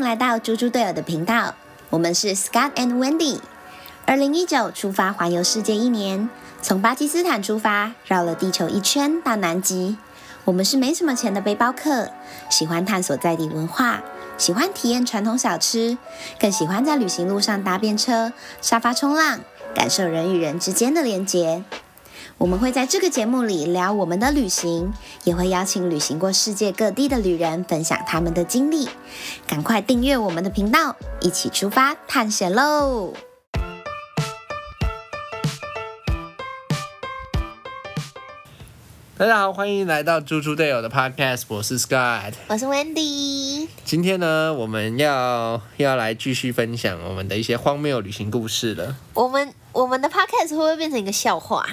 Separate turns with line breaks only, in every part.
来到猪猪队友的频道，我们是 Scott and Wendy。二零一九出发环游世界一年，从巴基斯坦出发，绕了地球一圈到南极。我们是没什么钱的背包客，喜欢探索在地文化，喜欢体验传统小吃，更喜欢在旅行路上搭便车、沙发冲浪，感受人与人之间的连结。我们会在这个节目里聊我们的旅行，也会邀请旅行过世界各地的旅人分享他们的经历。赶快订阅我们的频道，一起出发探险喽！
大家好，欢迎来到猪猪队友的 Podcast，我是 Scott。
我是 Wendy，
今天呢，我们要要来继续分享我们的一些荒谬旅行故事了。
我们我们的 podcast 会不会变成一个笑话？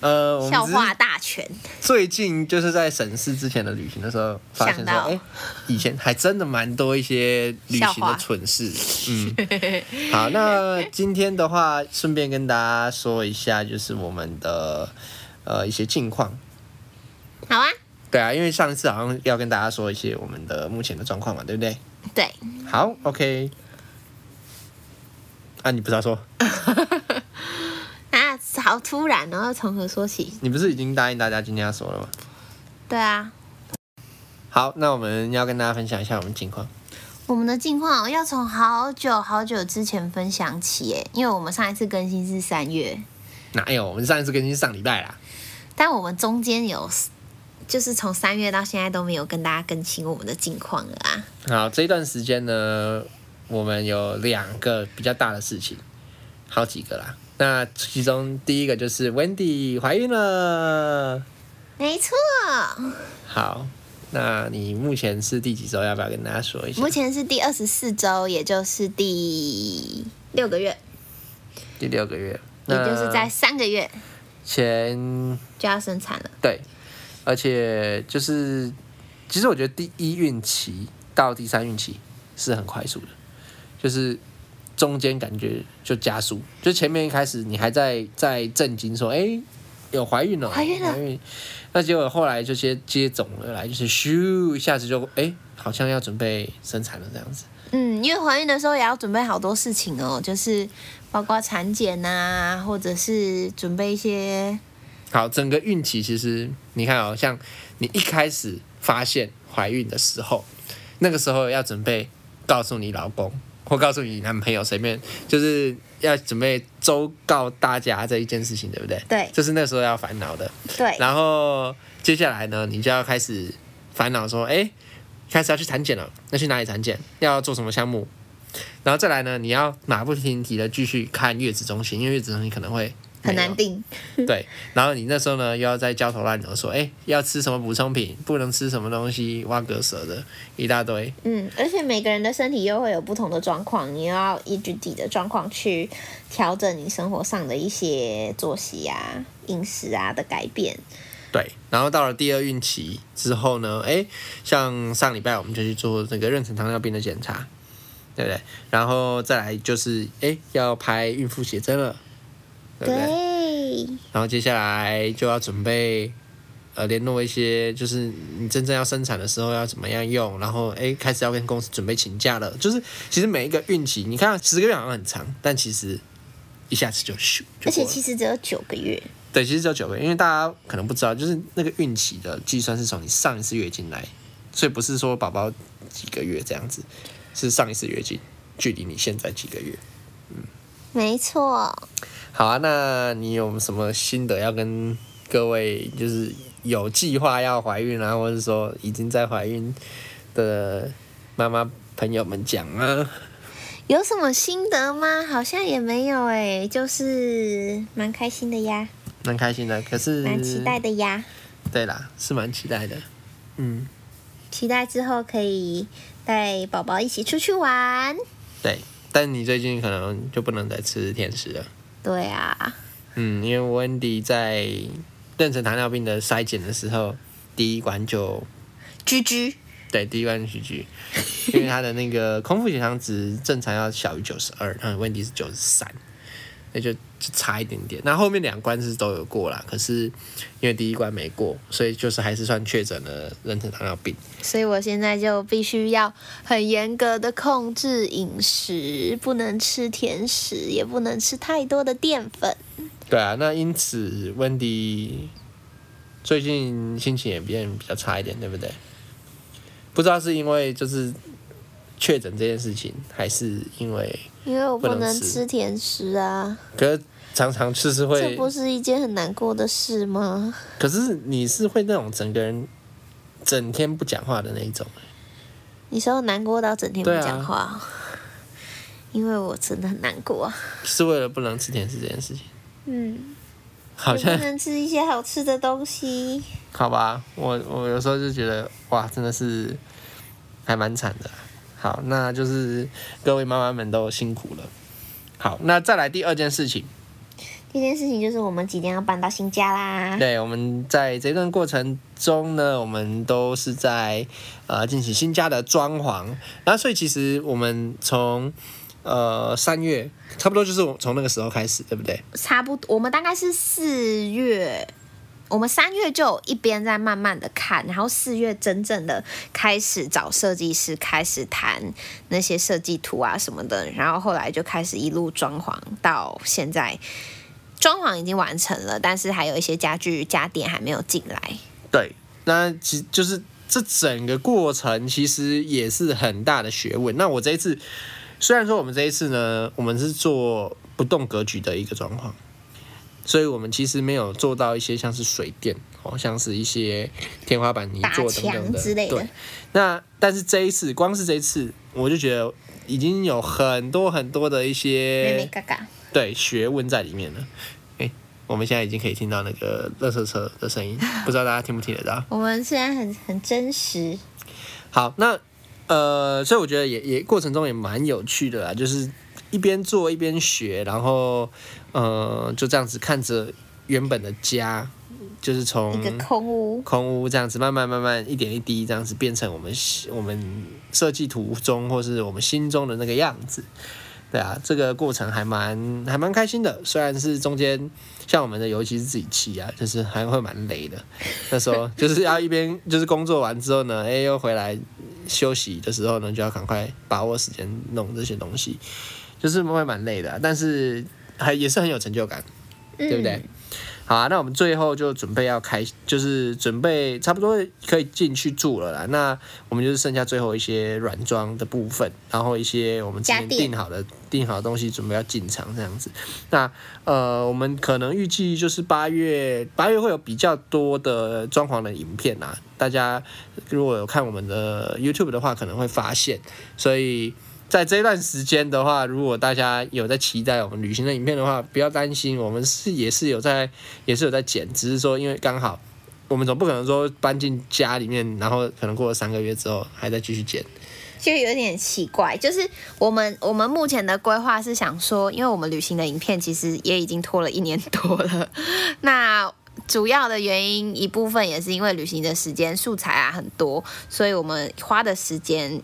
呃，我
笑
们只
话
是
大全，
最近就是在审视之前的旅行的时候，发现
想
说，
到
哎，以前还真的蛮多一些旅行的蠢事。嗯， 好，那今天的话，顺便跟大家说一下，就是我们的呃一些近况。
好啊，
对啊，因为上次好像要跟大家说一些我们的目前的状况嘛，对不对？
对，
好，OK。啊，你不是要说，
啊，好突然哦，然后从何说起？
你不是已经答应大家今天要说了吗？
对啊，
好，那我们要跟大家分享一下我们近况。
我们的近况哦要从好久好久之前分享起耶，因为我们上一次更新是三月，
哪有？我们上一次更新是上礼拜啦。
但我们中间有，就是从三月到现在都没有跟大家更新我们的近况了啊。
好，这一段时间呢，我们有两个比较大的事情，好几个啦。那其中第一个就是 Wendy 怀孕了。
没错，
好，那你目前是第几周？要不要跟大家说一下
目？前是第二十四周，也就是第六个月，
第六个月，
也
那
就是在三个月
前
就要生产了。
对，而且就是，其实我觉得第一孕期到第三孕期是很快速的，就是中间感觉就加速，就前面一开始你还在在震惊说，哎、有怀孕了，
怀孕了
那结果后来就接接踵而来，就是咻一下子就哎、好像要准备生产了这样子。
嗯，因为怀孕的时候也要准备好多事情哦，就是包括产检呐、或者是准备一些
好，整个孕期其实你看哦，像你一开始发现怀孕的时候，那个时候要准备告诉你老公或告诉你男朋友，随便就是要准备周告大家这一件事情，对不对？
对
这是那时候要烦恼的。
对
然后接下来呢，你就要开始烦恼说，哎，开始要去产检了，那去哪里产检？要做什么项目？然后再来呢，你要马不停蹄的继续看月子中心，因为月子中心可能会
很
没有
难定。
对，然后你那时候呢，又要在焦头烂额说，哎、要吃什么补充品，不能吃什么东西，挖格舌的一大堆。
嗯，而且每个人的身体又会有不同的状况，你又要依据自己的状况去调整你生活上的一些作息啊、饮食啊的改变。
对，然后到了第二孕期之后呢，哎、像上礼拜我们就去做那个妊娠糖尿病的检查，对不对？然后再来就是，哎、要拍孕妇写真了，对不对？
对，
然后接下来就要准备。呃，联络一些就是你真正要生产的时候要怎么样用，然后哎，开始要跟公司准备请假了。就是其实每一个孕期，你看啊十个月好像很长，但其实一下子就咻就
而
过
且
了。
其实只有九个月，
对，其实只有九个月，因为大家可能不知道，就是那个孕期的计算是从你上一次月经来，所以不是说宝宝几个月这样子，是上一次月经距离你现在几个月。
没错。
好啊，那你有什么心得要跟各位，就是有计划要怀孕啊，或者说已经在怀孕的妈妈朋友们讲啊？
有什么心得吗？好像也没有
欸
诶、就是蛮开心的呀，
蛮开心的，可是
蛮期待。的呀。
对啦，是蛮期待的。嗯，
期待之后可以带宝宝一起出去玩。
对。但你最近可能就不能再吃甜食了。
对啊，
嗯，因为温迪在妊娠糖尿病的筛检的时候，第一关就
居居，
对，第一关是居 居，因为他的那个空腹血糖值正常要小于九十二，然后温迪是九十三，那就就差一点点。那后面两关是都有过啦，可是因为第一关没过，所以就是还是算确诊了妊娠糖尿病。
所以我现在就必须要很严格的控制饮食，不能吃甜食，也不能吃太多的淀粉。
对啊，那因此温迪最近心情也变比较差一点，对不对？不知道是因为就是确诊这件事情，还是因为
因为我
不
不
能
能
吃
吃甜食啊，
可是常常就是
这
会，
不是一件很难过的事吗？
可是你是会那种整个人整天不讲话的那一种。
你说难过到整天不
对啊
讲话哦、 因为我真的很难过啊。
是为了不能吃甜食这件事情，
嗯，
好
也
像
不能吃一些好吃的东西。
好吧。我我有时候就觉得，哇，真的是还蛮惨的。好，那就是各位妈妈们都辛苦了。好，那再来第二件事情，
这件事情就是我们即将要搬到新家啦。
对，我们在这段过程中呢，我们都是在呃进行新家的装潢，那所以其实我们从呃三月差不多就是我从那个时候开始，对不对？
差不多，我们大概是四月，我们三月就有一边在慢慢的看，然后四月真正的开始找设计师，开始谈那些设计图啊什么的，然后后来就开始一路装潢到现在，装潢已经完成了，但是还有一些家具家电还没有进来。
对，那其实就是这整个过程其实也是很大的学问。那我这一次虽然说我们这一次呢，我们是做不动格局的一个状况，所以我们其实没有做到一些像是水电哦，像是一些天花板泥做等等
打墙之类的
对，那但是这一次，光是这一次，我就觉得已经有很多很多的一些
妹妹嘎嘎，
对学问在里面了。诶，我们现在已经可以听到那个垃圾车的声音，不知道大家听不听得到？
我们虽然很很真实，
好，那呃，所以我觉得也也过程中也蛮有趣的啦，就是一边做一边学，然后呃就这样子看着原本的家，就是
一个
从
空屋，
空屋这样子慢慢慢慢一点一滴这样子变成我们我们设计图中或是我们心中的那个样子。对啊，这个过程还蛮还蛮开心的，虽然是中间像我们的油漆是自己漆啊，就是还会蛮累的。那时候 就是要一边就是工作完之后呢，哎、又回来休息的时候呢，就要赶快把握时间弄这些东西，就是会蛮累的啊、但是还也是很有成就感。对不对？好啊，那我们最后就准备要开，就是准备差不多可以进去住了啦。那我们就是剩下最后一些软装的部分，然后一些我们之前
家电
定好的定好的东西，准备要进场这样子。那呃，我们可能预计就是八月，八月会有比较多的装潢的影片啊。大家如果有看我们的 YouTube 的话，可能会发现，所以在这段时间的话，如果大家有在期待我们旅行的影片的话，不要担心，我们是也是有在也是有在剪，只是说因为刚好我们总不可能说搬进家里面，然后可能过了三个月之后还在继续剪。
就有点奇怪，就是我们我们目前的规划是想说，因为我们旅行的影片其实也已经拖了一年多了， 那主要的原因一部分也是因为旅行的时间素材啊很多，所以我们花的时间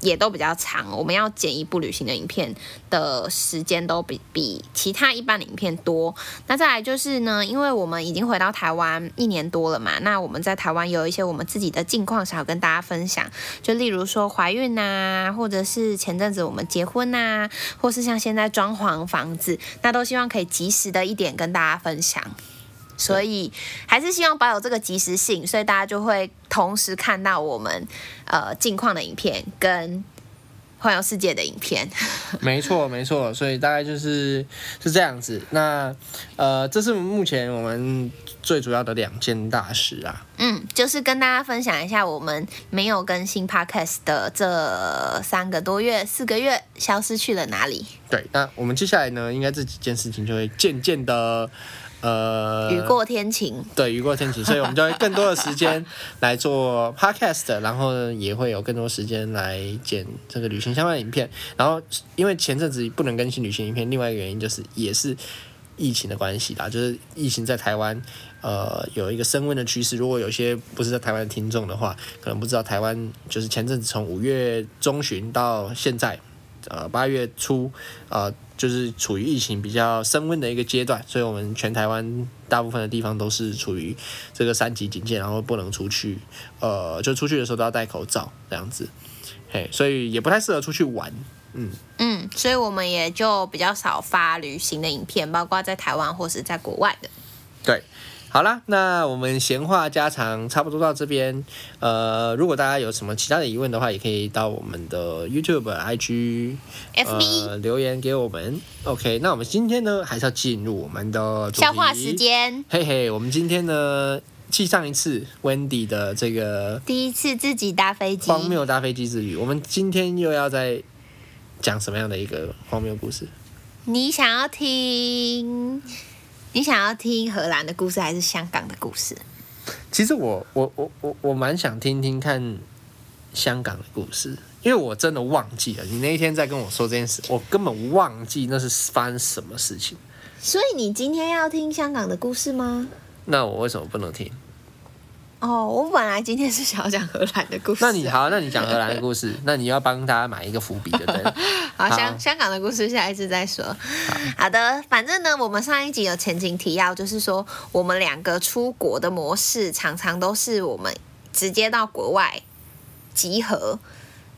也都比较长，我们要剪一部旅行的影片的时间都比比其他一般的影片多。那再来就是呢，因为我们已经回到台湾一年多了嘛，那我们在台湾有一些我们自己的近况想要跟大家分享，就例如说怀孕呐、或者是前阵子我们结婚呐、或是像现在装潢房子，那都希望可以及时的一点跟大家分享。所以还是希望保有这个及时性，所以大家就会同时看到我们呃近况的影片跟环游世界的影片。
没错，没错，所以大概就是是这样子。那呃，这是目前我们最主要的两件大事啊。
嗯，就是跟大家分享一下我们没有更新 podcast 的这三个多月、四个月消失去了哪里，
对，那我们接下来呢，应该这几件事情就会渐渐的呃
雨过天晴。
对，雨过天晴，所以我们就会更多的时间来做 podcast，然后呢也会有更多时间来剪这个旅行相关的影片。然后因为前阵子不能更新旅行影片，另外一个原因就是也是疫情的关系啦，就是疫情在台湾呃有一个升温的趋势。如果有些不是在台湾的听众的话，可能不知道台湾就是前阵子从五月中旬到现在。呃八月初呃就是处于疫情比较呃升温的一个阶段，所以我们全台湾大部分的地方都是处于这个三级警戒，然后不能出去，呃，就出去的时候都要戴口罩这样子，嘿，所以也不太适合出去玩。
嗯，所以我们也就比较少发旅行的影片，包括在台湾或是在国外的。
对，好啦，那我们闲话家常差不多到这边。呃，如果大家有什么其他的疑问的话，也可以到我们的 YouTube、IG、
FB
呃、留言给我们。OK，那我们今天呢，还是要进入我们的主题
消化时。间，
嘿嘿，我们今天呢，继上一次 Wendy 的这个
第一次自己搭飞机，
荒谬搭飞机之旅，我们今天又要再讲什么样的一个荒谬故事？
你想要听，你想要听荷兰的故事还是香港的故事？
其实我我我我我蛮想听听看香港的故事，因为我真的忘记了你那一天在跟我说这件事，我根本忘记那是发生什么事情。
所以你今天要听香港的故事吗？
那我为什么不能听？
哦，我本来今天是想要讲荷兰的故事。啊
那你好，那你讲荷兰的故 事，那你要帮大家买一个伏笔，对不对？
好，
好
香香港的故事下一次再说。好的，反正呢，我们上一集有前情提要，就是说我们两个出国的模式，常常都是我们直接到国外集合，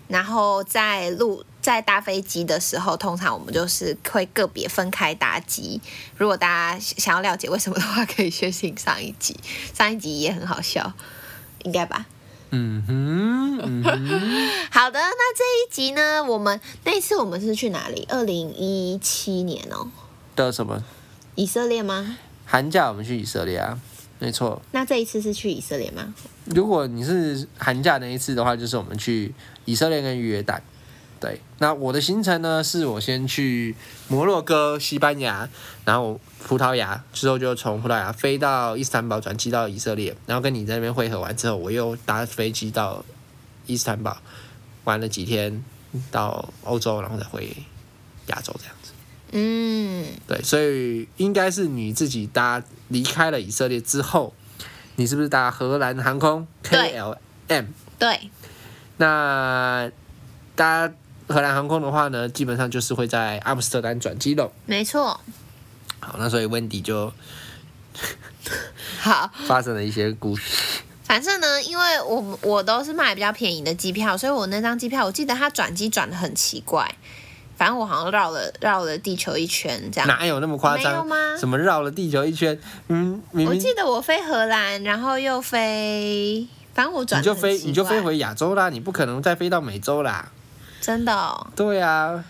然后在路在搭飞机的时候，通常我们就是会个别分开搭机。如果大家想要了解为什么的话，可以去听上一集，上一集也很好笑，应该吧？
嗯哼，嗯 哼，
好的，那这一集呢，我们那一次我们是去哪里？二零一七年哦，
的什么？
以色列吗？
寒假我们去以色列啊，没错。
那这一次是去以色列吗？
如果你是寒假那一次的话，就是我们去以色列跟约旦。对，那我的行程呢，是我先去摩洛哥、西班牙，然后葡萄牙，之后就从葡萄牙飞到伊斯坦堡，转机到以色列，然后跟你在那边汇合完之后，我又搭飞机到伊斯坦堡，玩了几天，到欧洲，然后再回亚洲这样子。
嗯，
对，所以应该是你自己搭离开了以色列之后，你是不是搭荷兰航空
对
KLM？
对，
那搭荷兰航空的话呢，基本上就是会在阿姆斯特丹转机喽。
没错。
好，那所以温迪就
好，
发生了一些故事。
反正呢，因为我我都是买比较便宜的机票，所以我那张机票我记得它转机转的很奇怪，反正我好像绕了绕了地球一圈这样。
哪有那么夸
没有
张
吗？
什么绕了地球一圈？嗯，明
我
明
记得我飞荷兰，然后又飞，反正我转
你就
得很
飞
奇
你就飞
怪
回亚洲啦，你不可能再飞到美洲啦。
真的、哦。
对啊，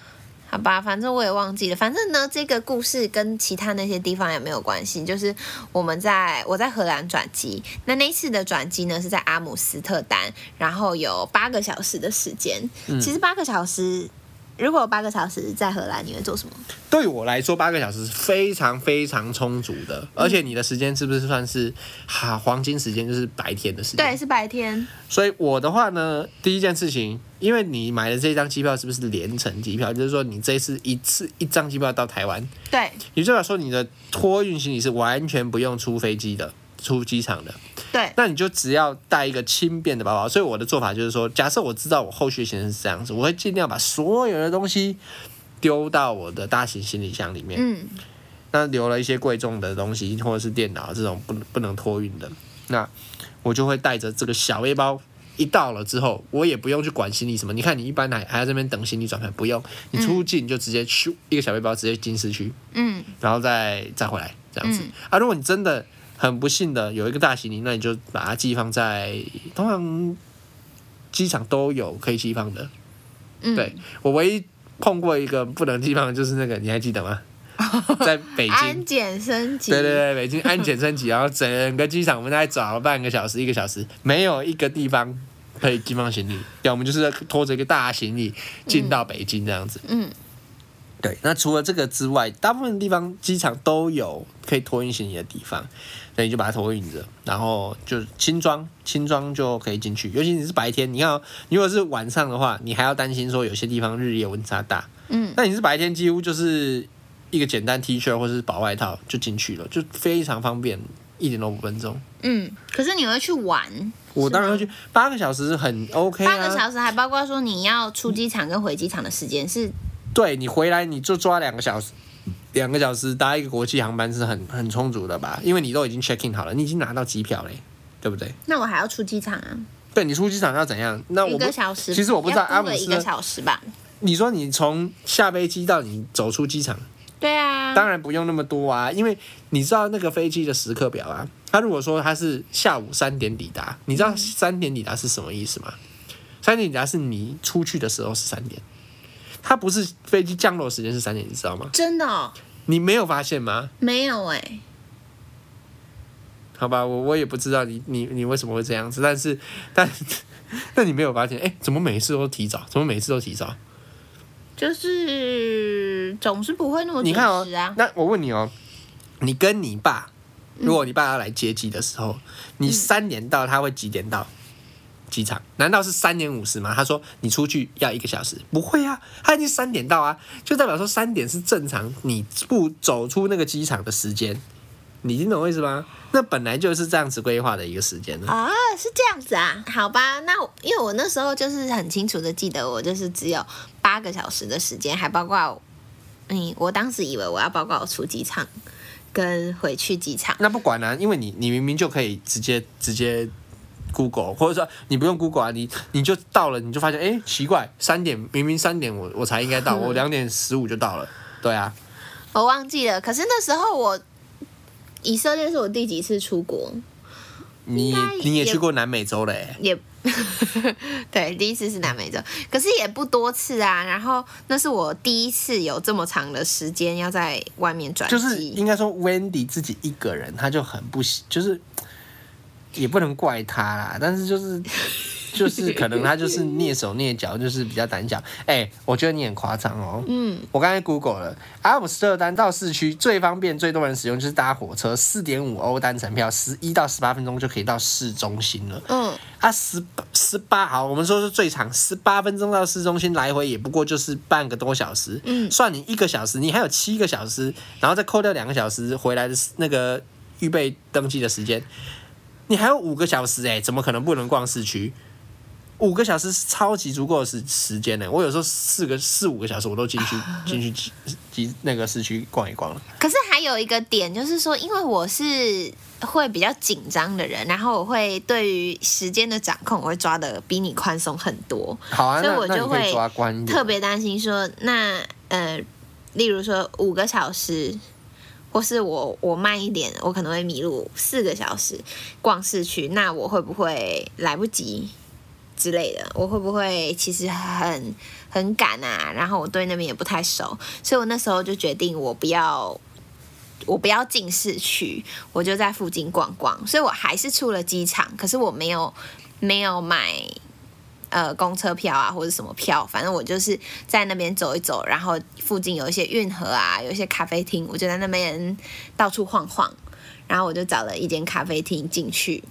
好吧，反正我也忘记了。反正呢，这个故事跟其他那些地方也没有关系。就是我们在我在荷兰转机，那那一次的转机呢是在阿姆斯特丹，然后有八个小时的时间。
嗯
其实八个小时，如果有八个小时在荷兰，你会做什么？
对我来说八个小时是非常非常充足的，而且你的时间是不是算是哈、黄金时间？就是白天的时间。
对，是白天。
所以我的话呢，第一件事情，因为你买的这张机票是不是连程机票？就是说你这一次一次一张机票到台湾，
对
也就是说你的托运行李是完全不用出飞机的。出机场的，
对，
那你就只要带一个轻便的包包。所以我的做法就是说，假设我知道我后续的行程是这样子，我会尽量把所有的东西丢到我的大型行李箱里面。
嗯，
那留了一些贵重的东西或者是电脑这种不不能托运的，那我就会带着这个小背包。一到了之后，我也不用去管行李什么。你看，你一般还还在这边等行李转盘，不用，你出境就直接咻一个小背包直接进市区，
嗯，
然后再再回来这样子、啊。如果你真的很不幸的有一个大行李，那你就把它寄放在通常机场都有可以寄放的。
嗯
对我唯一碰过一个不能寄放的就是那个，你还记得吗？在北京
安，检升级。
对对对，北京安检升级，然后整个机场我们大概找了半个小时、一个小时，没有一个地方可以寄放行李。对，我们就是拖着一个大行李进到北京这样子。
嗯，
对，那除了这个之外，大部分地方机场都有可以托运行李的地方，那你就把它托运着，然后就轻装，轻装就可以进去。尤其你是白天，你看、哦，如果是晚上的话，你还要担心说有些地方日夜温差大。
嗯，
那你是白天几乎就是一个简单 T 恤或是薄外套就进去了，就非常方便，一点都不分钟。
嗯，可是你会去玩。
我当然会去，八个小时很 OK 啊。
八个小时还包括说你要出机场跟回机场的时间是
对你回来你就抓两个小时，两个小时搭一个国际航班是很很充足的吧？因为你都已经 check in 好了，你已经拿到机票嘞，对不对？
那我还要出机场啊，
对你出机场要怎样？那我
一
不
个小时。
其实我不知道
要
阿姆
多了
斯
一个
特，
小时吧。
你说你从下飞机到你走出机场，
对啊，
当然不用那么多啊，因为你知道那个飞机的时刻表啊。他如果说他是下午三点抵达，你知道三点抵达是什么意思吗？三点抵达是你出去的时候是三点，它不是飞机降落时间是三点，你知道吗？
真的、哦、
你没有发现吗？
没有哎、
好吧，我我也不知道你你你为什么会这样子，但是 但但你没有发现，哎、怎么每一次都提早？怎么每一次都提早？
就是总是不会那么
你看
准
哦
时啊，。
那我问你哦，你跟你爸，如果你爸要来接机的时候，
嗯
你三点到，他会几点到机场？难道是三点五十吗？他说你出去要一个小时，不会啊，他已经三点到啊，就代表说三点是正常你不走出那个机场的时间。你听懂我意思吗？那本来就是这样子规划的一个时间呢。
啊，是这样子啊，好吧，那我因为我那时候就是很清楚的记得，我就是只有八个小时的时间，还包括，嗯，我当时以为我要包括我出机场跟回去机场，
那不管啊，因为你你明明就可以直接直接 Google，或者说你不用 Google 啊，你你就到了，你就发现哎、诶奇怪，三点明明三点我我才应该 到，我两点十五就到了，对啊，
我忘记了。可是那时候我以色列是我第几次出国，
你
应该
你也
也
去过南美洲嘞、诶
也对，第一次是南美洲，可是也不多次啊。然后那是我第一次有这么长的时间要在外面转机，
就是应该说 Wendy 自己一个人，他就很不喜，就是也不能怪他啦，但是就是就是可能他就是蹑手蹑脚，就是比较胆小。哎、我觉得你很夸张哦。嗯，我刚才 Google 了，阿姆斯特丹到市区最方便、最多人使用就是搭火车，四点五欧单程票，十一到十八分钟就可以到市中心了。
嗯，
啊，十十八好，我们说是最长十八分钟到市中心来回也不过就是半个多小时，嗯，算你一个小时，你还有七个小时，然后再扣掉两个小时回来的那个预备登记的时间，你还有五个小时哎、怎么可能不能逛市区？五个小时是超级足够的时时间呢、我有时候四个四五个小时我都进 去进去机机那个市区逛一逛了。
可是还有一个点，就是说，因为我是会比较紧张的人，然后我会对于时间的掌控，我会抓的比你宽松很多，
好啊，
所以
那
我
那
就
你可以
会
抓关一点
特别担心说，那呃，例如说五个小时，或是我我慢一点，我可能会迷路四个小时逛市区，那我会不会来不及之类的？我会不会其实很很赶啊？然后我对那边也不太熟，所以我那时候就决定我不要。我不要进市区，我就在附近逛逛，所以我还是出了机场，可是我没有没有买呃公车票啊或者什么票，反正我就是在那边走一走，然后附近有一些运河啊，有一些咖啡厅，我就在那边到处晃晃，然后我就找了一间咖啡厅进去，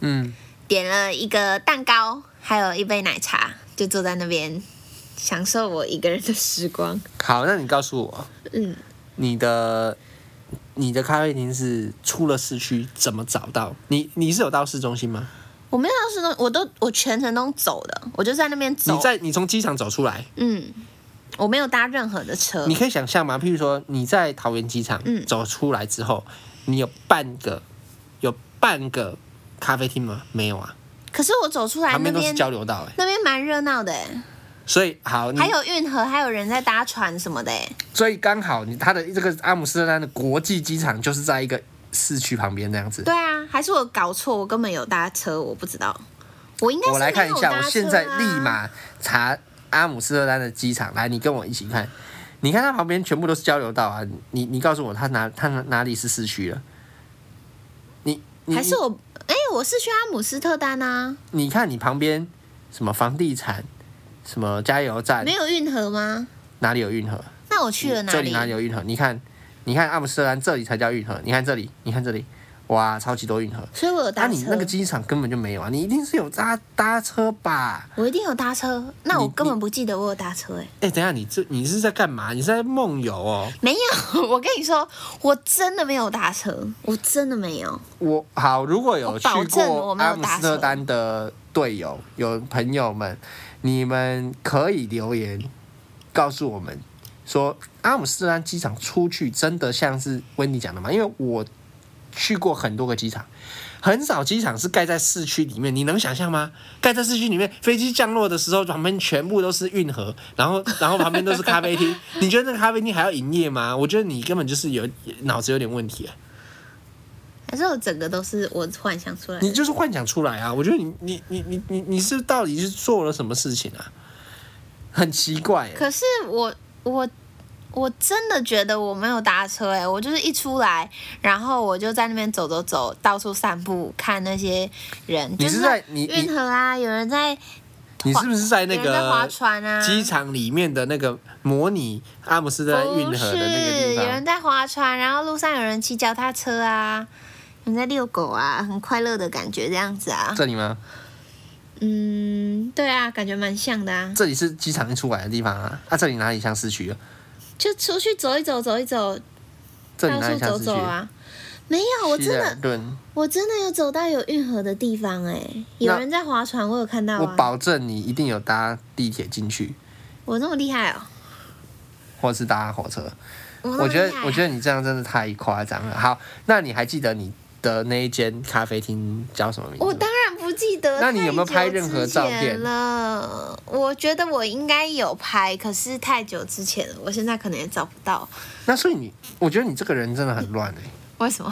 嗯，
点了一个蛋糕，还有一杯奶茶，就坐在那边享受我一个人的时光。
好，那你告诉我，
嗯，
你的你的咖啡厅是出了市区怎么找到？你你是有到市中心吗？
我没有到市中，我都我全程都走的，我就在那边
你
走。
在你从机场走出来，
嗯，我没有搭任何的车
你。可以想象吗？譬如说你在桃园机场
嗯
走出来之后，你有半个有半个咖啡厅吗？没有啊，
可是我走出来
旁
那
边都是
边
交流道哎、
那边蛮热闹的、欸。
所以好，你
还有运河，还有人在搭船什么的、欸，
所以刚好你它的这个阿姆斯特丹的国际机场就是在一个市区旁边这样子。
对啊，还是我搞错，我根本有搭车，我不知道，我应该是
我来看一下，
没
我
有搭车啊
现在立马查阿姆斯特丹的机场，来，你跟我一起看。你看它旁边全部都是交流道啊，你你告诉我它哪它哪里是市区了？你你
还是我，哎、我是去阿姆斯特丹啊，
你你看你旁边什么房地产，什么加油站
没，有运河吗？
哪里有运河？
那我去了哪
这里哪里有运河？啊你看你看阿姆斯特丹这里才叫运河，你看这里，你看这里，哇，超级多运河。
所以我有
那、
搭车，
啊你那个机场根本就没有啊，你一定是有搭搭车吧？
我一定有搭车，那我
你
根本不记得我有搭车、欸，哎，
哎、等一下，你这你是在干嘛？你是在梦游哦？
没有， 我跟你说，我真的没有搭车，我真的没有，
我好，如果有
我
去
保证
过
我没有
阿姆
搭
斯特
错
丹的队友、有朋友们，你们可以留言告诉我们说，阿姆斯特丹机场出去真的像是温迪讲的吗？因为我去过很多个机场，很少机场是盖在市区里面，你能想象吗？盖在市区里面，飞机降落的时候，旁边全部都是运河，然后然后旁边都是咖啡厅，你觉得那个咖啡厅还要营业吗？我觉得你根本就是有脑子有点问题啊，
还是我整个都是我幻想出来
你
的？
就是幻想出来啊！我觉得你你你你你你是到底是做了什么事情啊？很奇怪、欸，
可是我我我真的觉得我没有搭车哎、我就是一出来，然后我就在那边走走走，到处散步，看那些人，
你
就是
在你你
运河啊，有人在
你是不是在那
有人在划
个
船啊，
机场里面的那个模拟阿姆斯特丹运
不
河
是
的那个地
有人
方？
在划船，然后路上有人骑脚踏车啊，有人在遛狗啊，很快乐的感觉这样子啊。
这里吗？
嗯，对啊，感觉蛮像的啊。
这里是机场出来的地方啊！啊，这里哪里像市区啊？
就出去走一走，走一走，
这里
到
哪
处
里像
走
市区？
走啊。没有，我
希
真
尔
的，
顿，
我真的有走到有运河的地方哎、有人在划船，我有看到
我
啊。
保证你一定有搭地铁进去，
我这么厉害哦、
或是搭火车。
我
我觉得，我觉
得
得你这样真的太夸张了。好，那你还记得你的那一间咖啡厅叫什么名字吗？
我当然不记得。
那你有没有拍任何照片
太久之前了？我觉得我应该有拍，可是太久之前了，我现在可能也找不到。
那所以你，我觉得你这个人真的很乱哎、
为什么？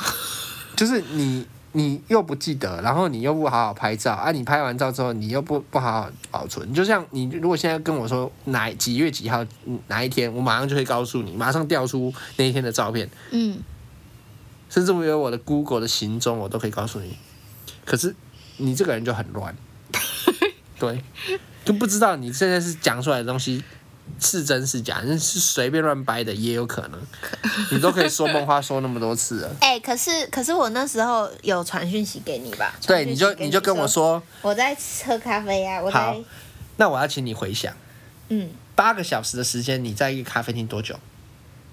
就是你你又不记得，然后你又不好好拍照啊！你拍完照之后，你又不不好好保存。就像你如果现在跟我说哪几月几号嗯哪一天，我马上就会告诉你，马上调出那一天的照片，
嗯，
甚至我有我的 Google 的行踪，我都可以告诉你。可是你这个人就很乱，对，就不知道你现在是讲出来的东西。是真是假，那是随便乱掰的也有可能，你都可以说梦话说那么多次了。
哎、可是可是我那时候有传讯息给你吧？
对，你就
传讯息给
你就跟我说，
我在喝咖啡呀、我
好
在，
那我要请你回想
嗯，
八个小时的时间，你在一个咖啡厅多久？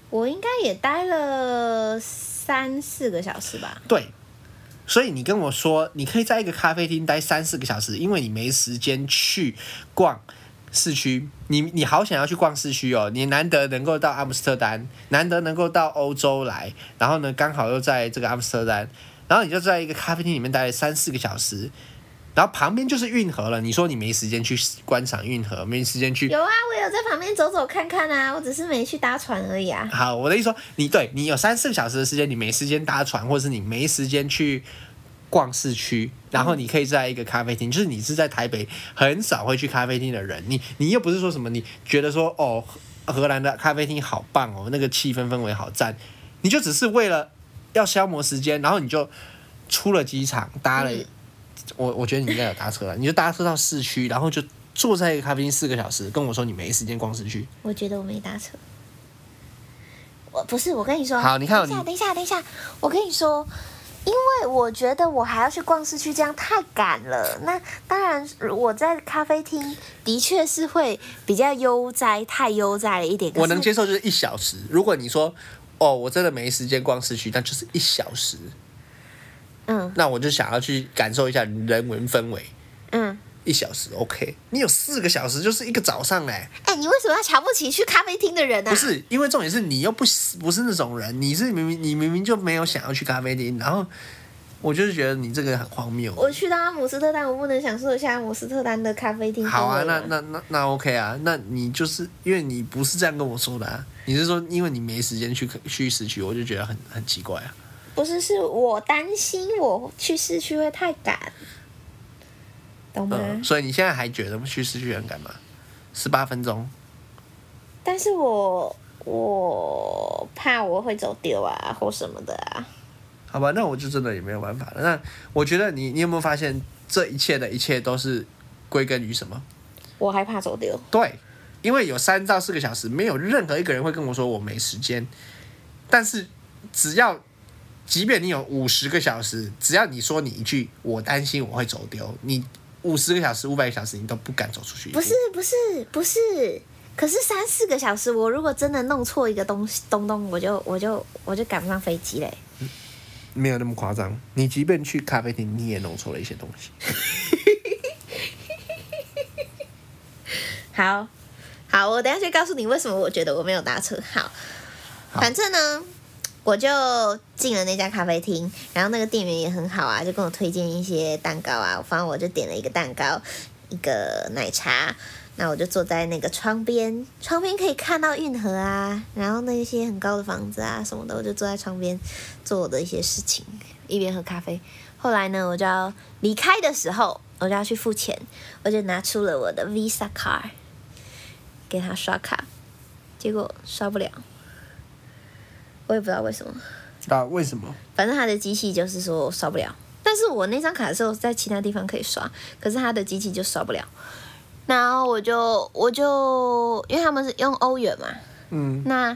我应该也待了三四个小时吧？
对，所以你跟我说，你可以在一个咖啡厅待三四个小时，因为你没时间去逛市区。你你好想要去逛市区哦，你难得能够到阿姆斯特丹，难得能够到欧洲来，然后呢，刚好又在这个阿姆斯特丹，然后你就在一个咖啡厅里面待了三四个小时。然后旁边就是运河了，你说你没时间去观赏运河，没时间去
有啊，我有在旁边走走看看啊，我只是没去搭船而已啊。
好，我的意思说，你对你有三四个小时的时间，你没时间搭船，或者是你没时间去逛市区，然后你可以在一个咖啡厅，就是你是在台北很少会去咖啡厅的人，你你又不是说什么，你觉得说哦，荷兰的咖啡厅好棒哦，那个气氛氛围好赞，你就只是为了要消磨时间，然后你就出了机场搭了，
嗯
我我觉得你应该有搭车了，你就搭车到市区，然后就坐在一个咖啡厅四个小时，跟我说你没时间逛市区。
我觉得我没搭车。我不是，我跟你说，
好你看哦
等一下，
你
等一下，等一下，我跟你说，因为我觉得我还要去逛市区，这样太赶了。那当然，我在咖啡厅的确是会比较悠哉，太悠哉了一点。可是
我能接受就是一小时。如果你说哦，我真的没时间逛市区，那就是一小时。
嗯
那我就想要去感受一下人文氛围，
嗯，
一小时 OK。你有四个小时就是一个早上哎、
哎、你为什么要瞧不起去咖啡厅的人呢、啊
不是，因为重点是你又不是不是那种人，你是明明你明明就没有想要去咖啡厅，然后我就是觉得你这个很荒谬。
我去到阿姆斯特丹，我不能享受一下阿姆斯特丹的咖啡厅氛围吗。
好啊，那那那那 OK 啊，那你就是因为你不是这样跟我说的啊，你是说因为你没时间去去市区，我就觉得很很奇怪啊。
不是，是我担心我去市区会太赶，懂吗？
嗯，所以你现在还觉得去市区很赶吗？十八分钟，
但是我我怕我会走丢啊，或什么的啊。
好吧，那我就真的也没有办法了。那我觉得你，你有没有发现这一切的一切都是归根于什么？
我害怕走丢，
对，因为有三到四个小时，没有任何一个人会跟我说我没时间。但是只要，即便你有五十个小时，只要你说你一句“我担心我会走丢”，你五十个小时、五百个小时，你都不敢走出去一步。
不是不是不是。可是三四个小时，我如果真的弄错一个东西东东，我就我就我就赶不上飞机嘞。
没有那么夸张。你即便去咖啡厅，你也弄错了一些东西。
好好，我等一下就告诉你为什么我觉得我没有搭车。好，反正呢，我就进了那家咖啡厅，然后那个店员也很好啊，就跟我推荐一些蛋糕啊，反正我就点了一个蛋糕，一个奶茶。那我就坐在那个窗边，窗边可以看到运河啊，然后那些很高的房子啊什么的，我就坐在窗边做我的一些事情，一边喝咖啡。后来呢，我就要离开的时候，我就要去付钱，我就拿出了我的 Visa 卡，给他刷卡，结果刷不了，我也不知道为什么，
啊，为什么？
反正他的机器就是说刷不了。但是我那张卡是我在其他地方可以刷，可是他的机器就刷不了。然后我就我就因为他们是用欧元嘛，
嗯，
那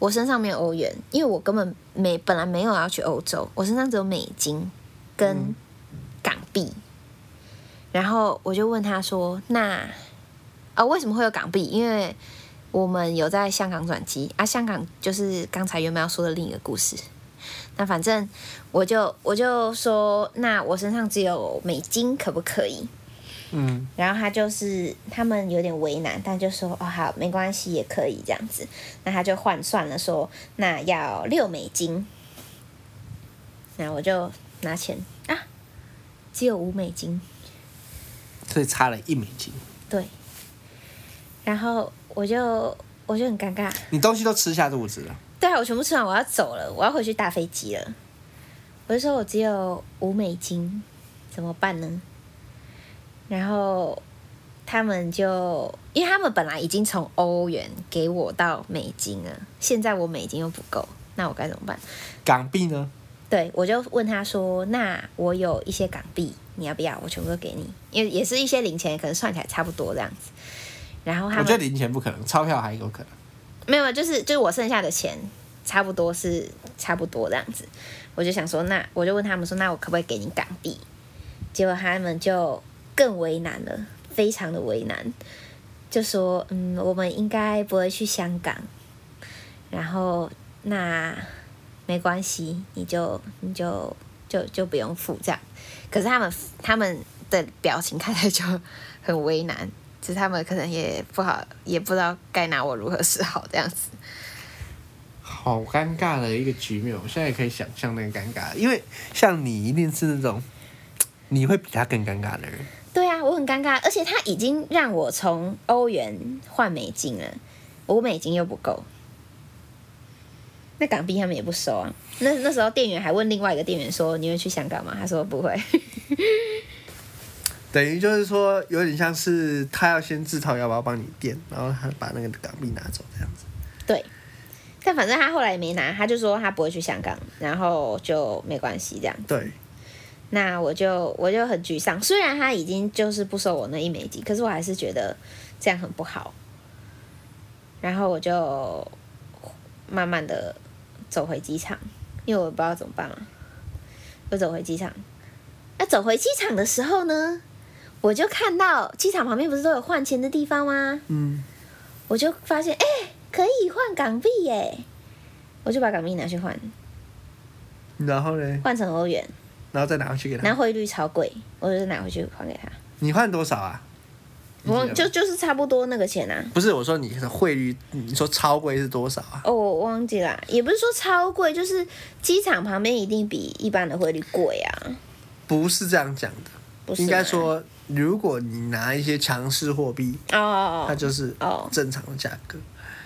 我身上没有欧元，因为我根本没本来没有要去欧洲，我身上只有美金跟港币。然后我就问他说：“那啊、为什么会有港币？因为我们有在香港转机啊，香港就是刚才原本要说的另一个故事。那反正我就我就说，那我身上只有美金，可不可以？
嗯，
然后他就是他们有点为难，但就说哦好，没关系，也可以这样子。那他就换算了说，那要六美金。然后我就拿钱啊，只有五美金，
所以差了一美金。
对。然后我就我就很尴尬，
你东西都吃下肚子了，
对啊，我全部吃完，我要走了，我要回去搭飞机了。我就说我只有五美金，怎么办呢？然后他们就，因为他们本来已经从欧元给我到美金了，现在我美金又不够，那我该怎么办？
港币呢？
对，我就问他说：“那我有一些港币，你要不要？我全部都给你，因为也是一些零钱，可能算起来差不多这样子。”然后他
我
们
觉得零钱不可能，钞票还有可能。
没有，就是就是我剩下的钱差不多是差不多这样子，我就想说，那我就问他们说，那我可不可以给你港币？结果他们就更为难了，非常的为难，就说，嗯，我们应该不会去香港，然后那没关系，你就你就就就不用付这样。可是他们他们的表情看起来就很为难，就是他们可能也不好，也不知道该拿我如何是好这样子。
好尴尬的一个局面，我现在也可以想象那个尴尬，因为像你一定是那种你会比他更尴尬的人。
对啊，我很尴尬，而且他已经让我从欧元换美金了，我美金又不够，那港币他们也不收啊。那那时候店员还问另外一个店员说：“你会去香港吗？”他说：“不会。
等于就是说，有点像是他要先自掏腰包帮你垫，然后他把那个港币拿走这样子。”
对，但反正他后来也没拿，他就说他不会去香港，然后就没关系这样。
对，
那我就我就很沮丧，虽然他已经就是不收我那一美金，可是我还是觉得这样很不好。然后我就慢慢的走回机场，因为我不知道怎么办嘛，我走回机场。那走回机场的时候呢，我就看到机场旁边不是都有换钱的地方吗？
嗯，
我就发现，哎、可以换港币耶！我就把港币拿去换，
然后呢，
换成欧元，
然后再拿回去给
然
他。
后汇率超贵，我就拿回去还给他。
你换多少啊？你记得
我
吗
就就是差不多那个钱啊。
不是我说你的汇率，你说超贵是多少啊？
哦，我忘记了，也不是说超贵，就是机场旁边一定比一般的汇率贵啊，
不是这样讲的，
不是？啊
应该，说，如果你拿一些强势货币，
哦哦
它
哦，
就是
哦
正常的价格。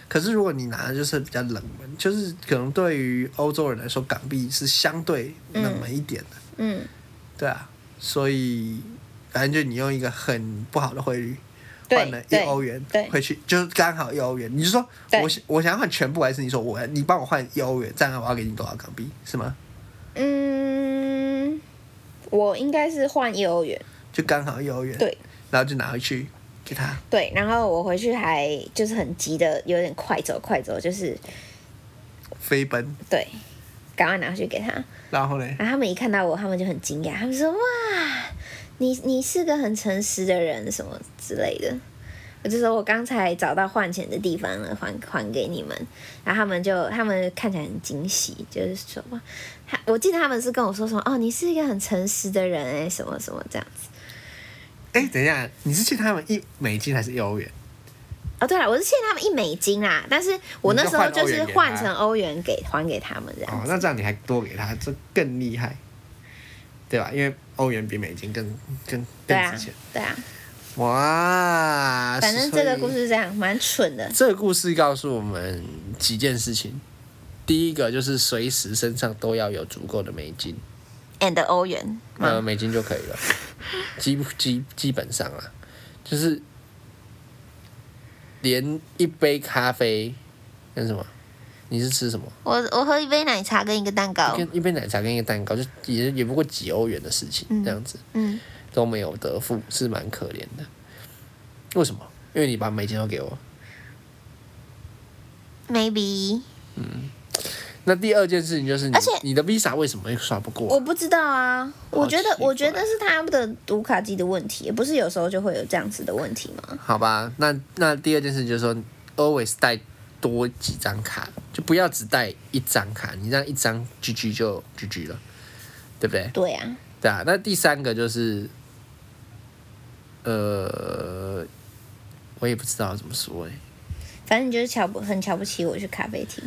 可是如果你拿的就是比较冷门，就是可能对于欧洲人来说，港币是相对冷门一点的，
嗯，
对啊，所以反正就你用一个很不好的汇率换了
对
一
对
欧元
对
回去，就是刚好一欧元。你是说
对
我想我想要换全部，还是你说我你帮我换一欧元，这样我要给你多少港币是吗？
嗯，我应该是换一欧元，
就刚好一欧元，
对，
然后就拿回去给他，
对，然后我回去还就是很急的，有点快走快走，就是
飞奔，
对，赶快拿回去给他。
然后呢？
然后他们一看到我，他们就很惊讶，他们说：“哇，你你是个很诚实的人，什么之类的。”我就说我刚才找到换钱的地方了，还还给你们。然后他们就他们看起来很惊喜，就是说哇，他我记得他们是跟我说什么哦，你是一个很诚实的人哎、什么什么这样子。
哎，等一下，你是欠他们一美金还是一欧元？
哦，对了，我是欠他们一美金啦，但是我那时候就
你就
是
换欧元
换
给他
成欧元给还给他们这样
哦，
子。
那这样你还多给他，这更厉害，对吧？因为欧元比美金更更
对
更
啊
值钱。，
对啊，
哇！
反正
所以
这个故事这样蛮蠢的。
这个故事告诉我们几件事情。第一个就是随时身上都要有足够的美金，
and 欧元，
呃，美金就可以 了，基基基本上啊，就是连一杯咖啡跟什么，你是吃什么？
我我喝一杯奶茶跟一个蛋糕，
跟一杯奶茶跟一个蛋糕，就也也不过几欧元的事情，这样子
嗯，
都没有得付，是蛮可怜的。为什么？因为你把美金都给我，
maybe
那第二件事情就是你，
而且
你的 Visa 为什么会刷不过啊、
我不知道啊，我觉得
奇怪
我觉得是他的读卡机的问题，不是有时候就会有这样子的问题吗？
好吧，那那第二件事就是说，always 带多几张卡，就不要只带一张卡，你这样一张 GG 就 GG 了，对不对？
对啊，
对啊。那第三个就是，呃，我也不知道怎么说哎、
反正你就是瞧不很瞧不起我去咖啡厅，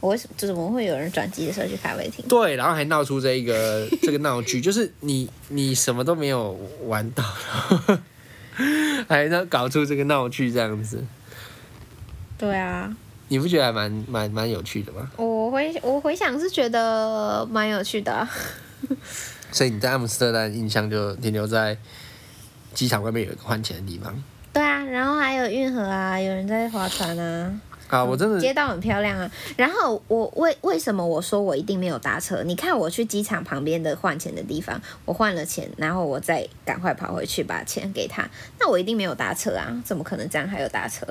我为什么就怎么会有人转机的时候去咖啡厅？
对，然后还闹出这一个 这个闹剧，就是你你什么都没有玩到， 然后还能搞出这个闹剧这样子，
对啊，
你不觉得还蛮蛮蛮有趣的吗？
我回我回想是觉得蛮有趣的啊、
所以你在阿姆斯特丹印象就停留在机场外面有一个换钱的地方
对啊，然后还有运河啊，有人在划船啊，
啊！我真
街
的
道很漂亮啊。然后我为为什么我说我一定没有搭车？你看我去机场旁边的换钱的地方，我换了钱，然后我再赶快跑回去把钱给他，那我一定没有搭车啊，怎么可能这样还有搭车？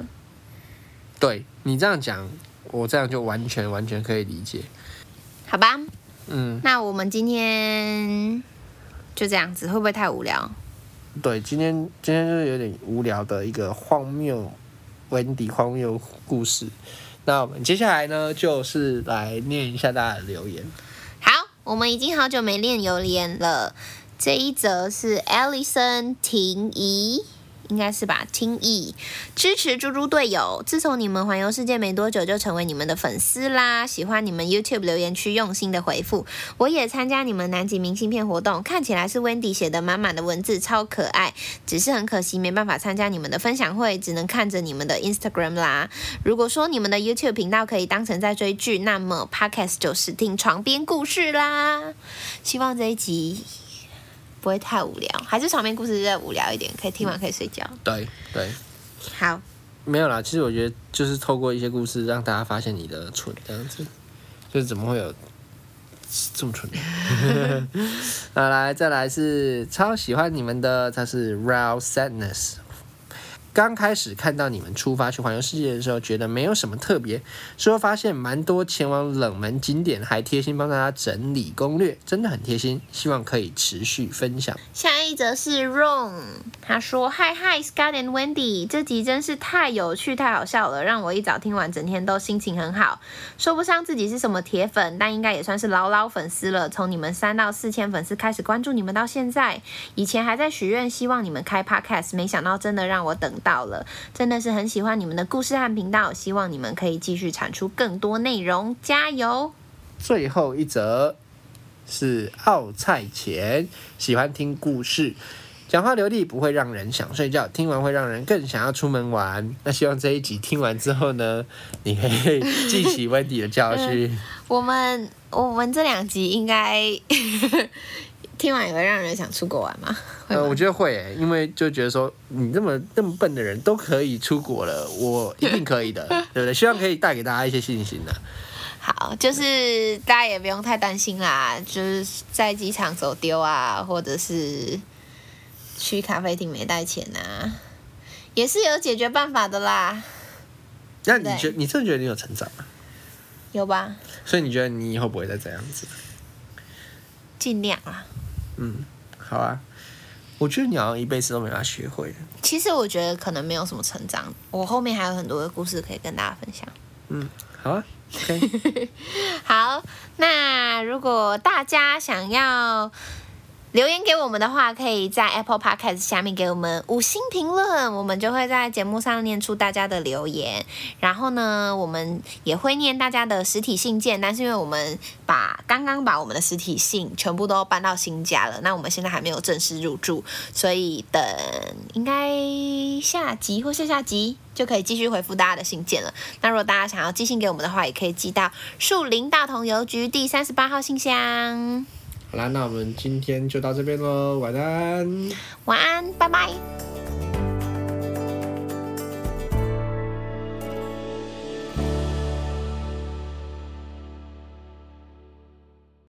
对你这样讲，我这样就完全完全可以理解。
好吧，
嗯，
那我们今天就这样子，会不会太无聊？
对，今天今天就是有点无聊的一个荒谬温迪荒谬故事。那我们接下来呢，就是来念一下大家的留言。
好，我们已经好久没练榴莲了。这一则是 Alison 婷宜，应该是吧？婷宜支持猪猪队友，自从你们环游世界没多久，就成为你们的粉丝啦。喜欢你们 YouTube 留言区用心的回复，我也参加你们南极明信片活动，看起来是 Wendy 写的满满的文字，超可爱。只是很可惜没办法参加你们的分享会，只能看着你们的 Instagram 啦。如果说你们的 YouTube 频道可以当成在追剧，那么 Podcast 就是听床边故事啦。希望这一集不会太无聊，还是床边故事再无聊一点，可以听完可以睡觉。
对对，
好，
没有啦。其实我觉得就是透过一些故事，让大家发现你的蠢这样子，就是怎么会有这么蠢的？那来，再来是超喜欢你们的，他是 Real Sadness。刚开始看到你们出发去环游世界的时候，觉得没有什么特别，之后发现蛮多前往冷门景点，还贴心帮大家整理攻略，真的很贴心。希望可以持续分享。
下一则是 Ron，他说：“嗨嗨，Scott and Wendy，这集真是太有趣、太好笑了，让我一早听完，整天都心情很好。说不上自己是什么铁粉，但应该也算是牢牢粉丝了。从你们三到四千粉丝开始关注你们到现在，以前还在许愿，希望你们开 Podcast，没想到真的让我等到了。真的是很喜欢你们的故事和频道，希望你们可以继续产出更多内容，加油！
最后一则是奥菜钱，喜欢听故事，讲话流利，不会让人想睡觉，听完会让人更想要出门玩。那希望这一集听完之后呢，你可以记起温迪的教训。
我们我们这两集应该 听完也会让人想出国玩吗？会
呃，我
吗？
觉得会、欸，因为就觉得说你这么那么笨的人都可以出国了，我一定可以的，对不对？希望可以带给大家一些信心呢、啊
好，就是大家也不用太担心啦，就是在机场走丢啊，或者是去咖啡厅没带钱啊，也是有解决办法的啦，
那你
对
觉你真的觉得你有成长吗？
有吧？
所以你觉得你以后不会再这样子？
尽量啊啦。
好啊，我觉得你好像一辈子都没办法学会了。
其实我觉得可能没有什么成长，我后面还有很多的故事可以跟大家分享。
好啊，OK，
好，那如果大家想要留言给我们的话，可以在 Apple Podcast 下面给我们五星评论，我们就会在节目上念出大家的留言。然后呢，我们也会念大家的实体信件，但是因为我们把刚刚把我们的实体信全部都搬到新家了，那我们现在还没有正式入住，所以等应该下集或下下集就可以继续回复大家的信件了。那如果大家想要寄信给我们的话，也可以寄到树林大同邮局第三十八号信箱。
好啦，那我们今天就到这边喽，晚安。
晚安，拜拜。